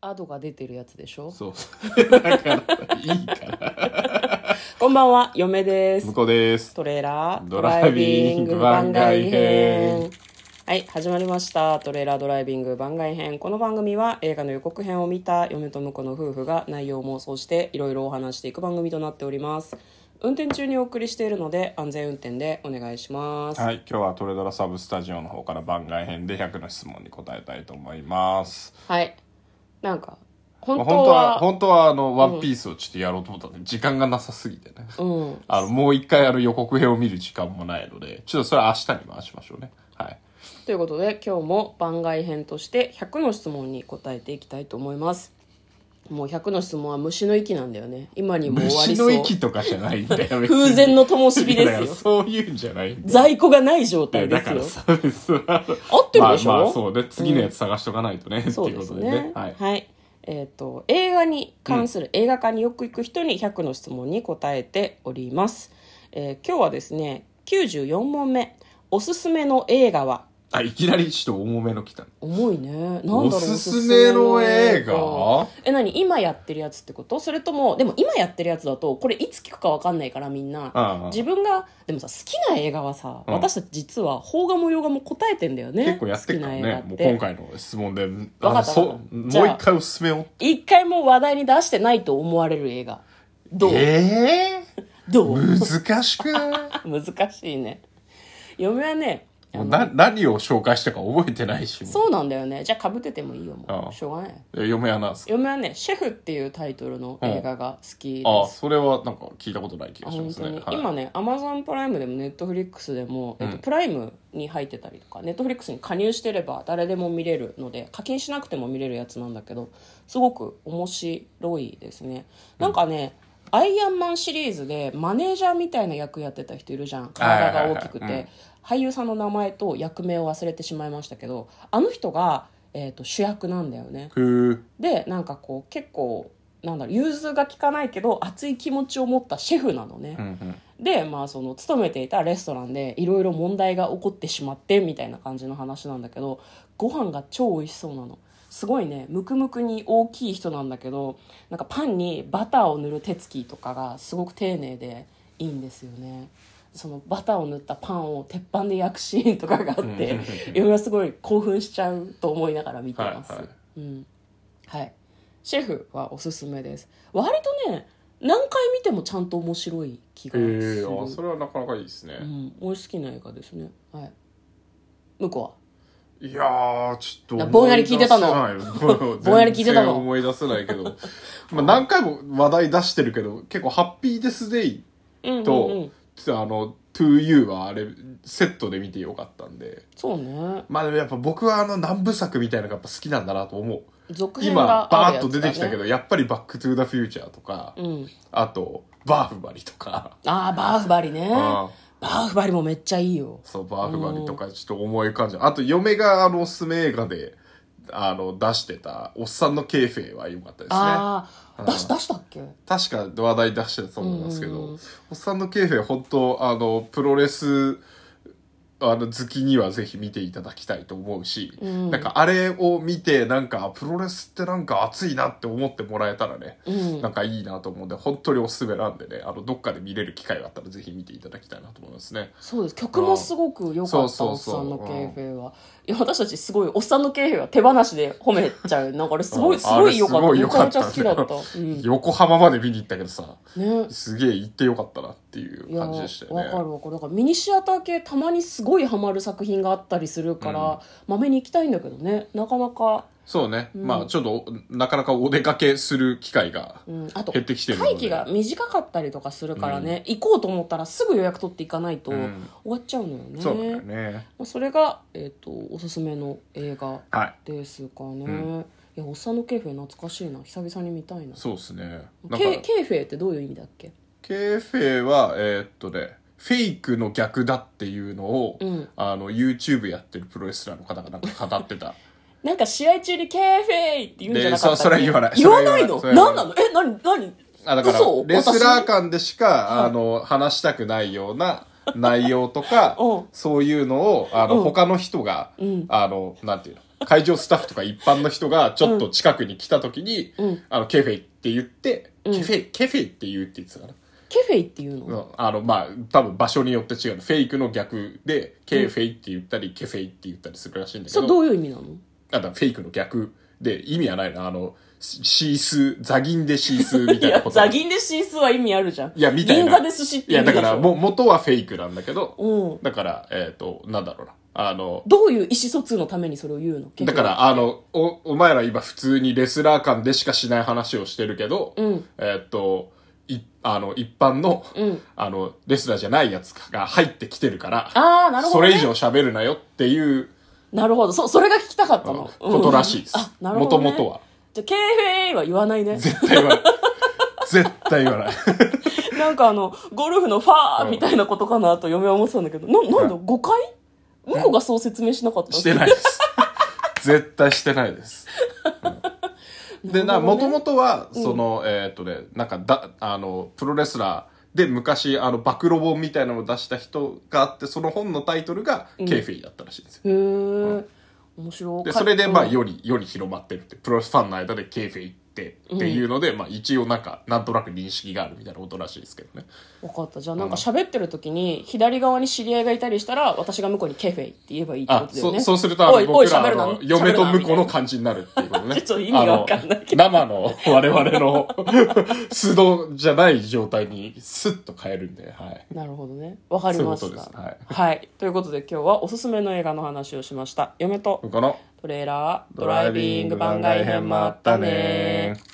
アドが出てるやつでしょそうだからいいからこんばんは、嫁です向。こうですトレーラードドライビング番外編。はい、始まりました。トレーラードライビング番外編。この番組は映画の予告編を見た嫁と婿の夫婦が内容を妄想していろいろお話していく番組となっております。運転中にお送りしているので安全運転でお願いします。はい今日はトレドラサブスタジオの方から番外編で100の質問に答えたいと思いますはい。なんか、本まあ当本当はは、本当はあのワンピースをちょっとやろうと思ったんで、時間がなさすぎてねうん。あのもう一回あの予告編を見る時間もないのでちょっとそれは明日に回しましょうねはいということで今日も番外編として100の質問に答えていきたいと思いますもう100の質問は虫の息なんだよね今にも終わ虫りそのう息とかじゃないんだよ別に風前の灯火いでやだすからよそういうんじゃないんだよ在庫がない状態でだすからよさそうです合ってるでしょまあ、まあそうね次のやつ探しとかないとね、ってそういでうこすとでねねはい、はいえっと映画に関する、映画館によく行く人に100の質問に答えております、えー今日はですね94問目おすすめの映画はあいきなりちょっと重めの来た重いねなんだろうおすすめの映画え何今やってるやつってことそれともでも今やってるやつだとこれいつ聞くか分かんないからみんなああ自分がでもさ好きな映画はさ、うん私たち実は邦画も洋画も答えてんだよね結構やってるから好きな映画ねっもうて今回の質問でたあのそもうじゃあ一回おすすめを一回も話題に出してないと思われる映画どう、ええどう難しくない 難しいね嫁はねあものうな何を紹介したか覚えてないしもうそうなんだよねじゃあかぶっててもいいよもうああしょうがないえ嫁はなんですか嫁はね「シェフ」っていうタイトルの映画が好きです、あそれはなんか聞いたことない気がしま本す当ねに、はい今ねアマゾンプライムでもネットフリックスでも、えっうと、んプライムに入ってたりとかネットフリックスに加入してれば誰でも見れるので課金しなくても見れるやつなんだけどすごく面白いですねなんかね、アイアンマンシリーズでマネージャーみたいな役やってた人いるじゃん体が大きくはいはいはいはいて俳優さんの名前と役名を忘れてしまいましたけどあの人が、えっと、主役なんだよねふーでなんかこう結構なんだろう融通が利かないけど熱い気持ちを持ったシェフなのねう、んうんで、まあ、その勤めていたレストランでいろいろ問題が起こってしまってみたいな感じの話なんだけどご飯が超美味しそうなのすごいねムクムクに大きい人なんだけどなんかパンにバターを塗る手つきとかがすごく丁寧でいいんですよねそのバターを塗ったパンを鉄板で焼くシーンとかがあっうてん嫁はすごい興奮しちゃうと思いながら見てます、はいはいうんはいシェフはおすすめです割とね何回見てもちゃんと面白い気がすへる、えあそれはなかなかいいですね、うん、俺好きな映画ですねはい向こいやー、ちょっと。ぼんやり聞いてたのの ぼんやり聞いてたの思い出せないけど。まあ何回も話題出してるけど、結構ハッピーデスデイうはうんと、うんうん、あの、to you はあれ、セットで見てよかったんで。そうねまあでもやっぱ僕はあの南部作みたいなのがやっぱ好きなんだなと思う。続編今、がバあーるッやつだ、ね、と出てきたけど、やっぱりバックトゥーザフューチャーとか、うんあと、バーフバリとか、ああバーフバリねあバーフバリもめっちゃいいよそう、バーフバリとかちょっと重い感じ。あと、嫁があの、おすすめ映画で、あの、出してた、おっさんのケイフェは良かったですね。ああうん出し出したっけ確か話題出してたと思いますけど、うんおっさんのケーフェ本当あのプロレスあの好きにはぜひ見ていただきたいと思うし、うんなんかあれを見てなんかプロレスってなんか熱いなって思ってもらえたらね、うんなんかいいなと思うんで本当におすすめなんでねあのどっかで見れる機会があったらぜひ見ていただきたいなと思いますねそうです曲もすごく良かそうったそおうっそうさんのケーフェはいや私たちすごいおっさんのケーフェは手放しで褒めちゃうなんかあれすごういんすごい良かあれすっごためちゃい良かめっちゃた好きだった、うん、横浜まで見に行ったけどさねすげえ行ってよかったなっていういや感じでしたよねわかるわかるだからミニシアター系たまにすごいハマる作品があったりするからまめ、に行きたいんだけどねなかなか、そうね、んまあちょっとなかなかお出かけする機会がうん、あと減ってきてるので会期が短かったりとかするからね、行こうと思ったらすぐ予約取っていかないとう終んわっちゃうのよね,、そうだよね。まあ、それが、えっとおすすめの映画はい。ですかね、うんいやおっさんのケーフェ懐かしいな久々に見たいなそうですね。なんかケ、ケーフェってどういう意味だっけケーフェは、えーっとね、フェイクの逆だっていうのを、うんあの、YouTube やってるプロレスラーの方がなんか語ってた。なんか試合中にケーフェイって言うんじゃなかったっけでそそれは言わない言わないのそれは言わ何なないのえ何何あ、だから嘘、レスラー私間でしか、あの、話したくないような内容とか うん、そういうのを、あうの、ん他の人がうん、あの、なんていうの、会場スタッフとか一般の人がちょっと近くに来た時に、うんあの、ケフェイって言って、うんケフェイ、ケフェイって言うって言ってたかな。ケフェイっていうの、うんあの、まあ、多分場所によって違うの。フェイクの逆で、ケフェイって言ったり、ケフェイって言ったりするらしいんだけそど。れどういう意味なのなんだ、フェイクの逆で、意味はないな。あの、シシース、ザギンでシースみいたいなやこ、と。ザギンでシースーは意味あるじゃん。いやみたいな銀座で寿司ってい意や、味でだしょから、も、元はフェイクなんだけど、うん。だから、えっ、と、なんだろうな。あの、どういう意思疎通のためにそれを言うのだか、ら、あの、お、お前ら今普通にレスラー間でしかしない話をしてるけど、うんえっ、と、い、あの、一般の、うんあの、レスラーじゃないやつが入ってきてるから、あーなるほどねそれ以上喋るなよっていうなるほど。そ、それが聞きたかったの。うんことらしいですあ、。なるほど、ね。もともとは。。じゃあ、KFA は言わないね。絶対言わない。絶対言わない。なんかあの、ゴルフのファうーんみたいなことかなと嫁は思ってたんだけど、な、なんだ、誤解向こうがそう説明しなかったしてない です。絶対してないです。うんで、なな、るほもどとねもとは、その、えーっとね、なんかだ、あの、プロレスラーで昔、あの、暴露本みたいなのを出した人があって、その本のタイトルが、んケイフェイだったらしいんですよ。へー。面白い。で、それで、まあ、うんより、より広まってるって、プロレスファンの間でケイフェイって、っていうので、まあ、一応なんか、なんとなく認識があるみたいなことらしいですけどね。分かった。じゃあ、なんか喋ってる時に、左側に知り合いがいたりしたら、私が向こうにケフェイって言えばいいってこあ、とだよそね。う、そうすると、あおいの、僕ら、おいあ喋るなの、嫁と喋るなみた婿いなの感じになるっていうことね。 ちょっと意味がわかんないけど。生の我々の 素動じゃない状態にスッと変えるんで、はい。なるほどね。わかりましそういうた。ことですはいはい。ということで今日はおすすめの映画の話をしました。嫁とこのトレーラー、ドライビング番外編もあったねー。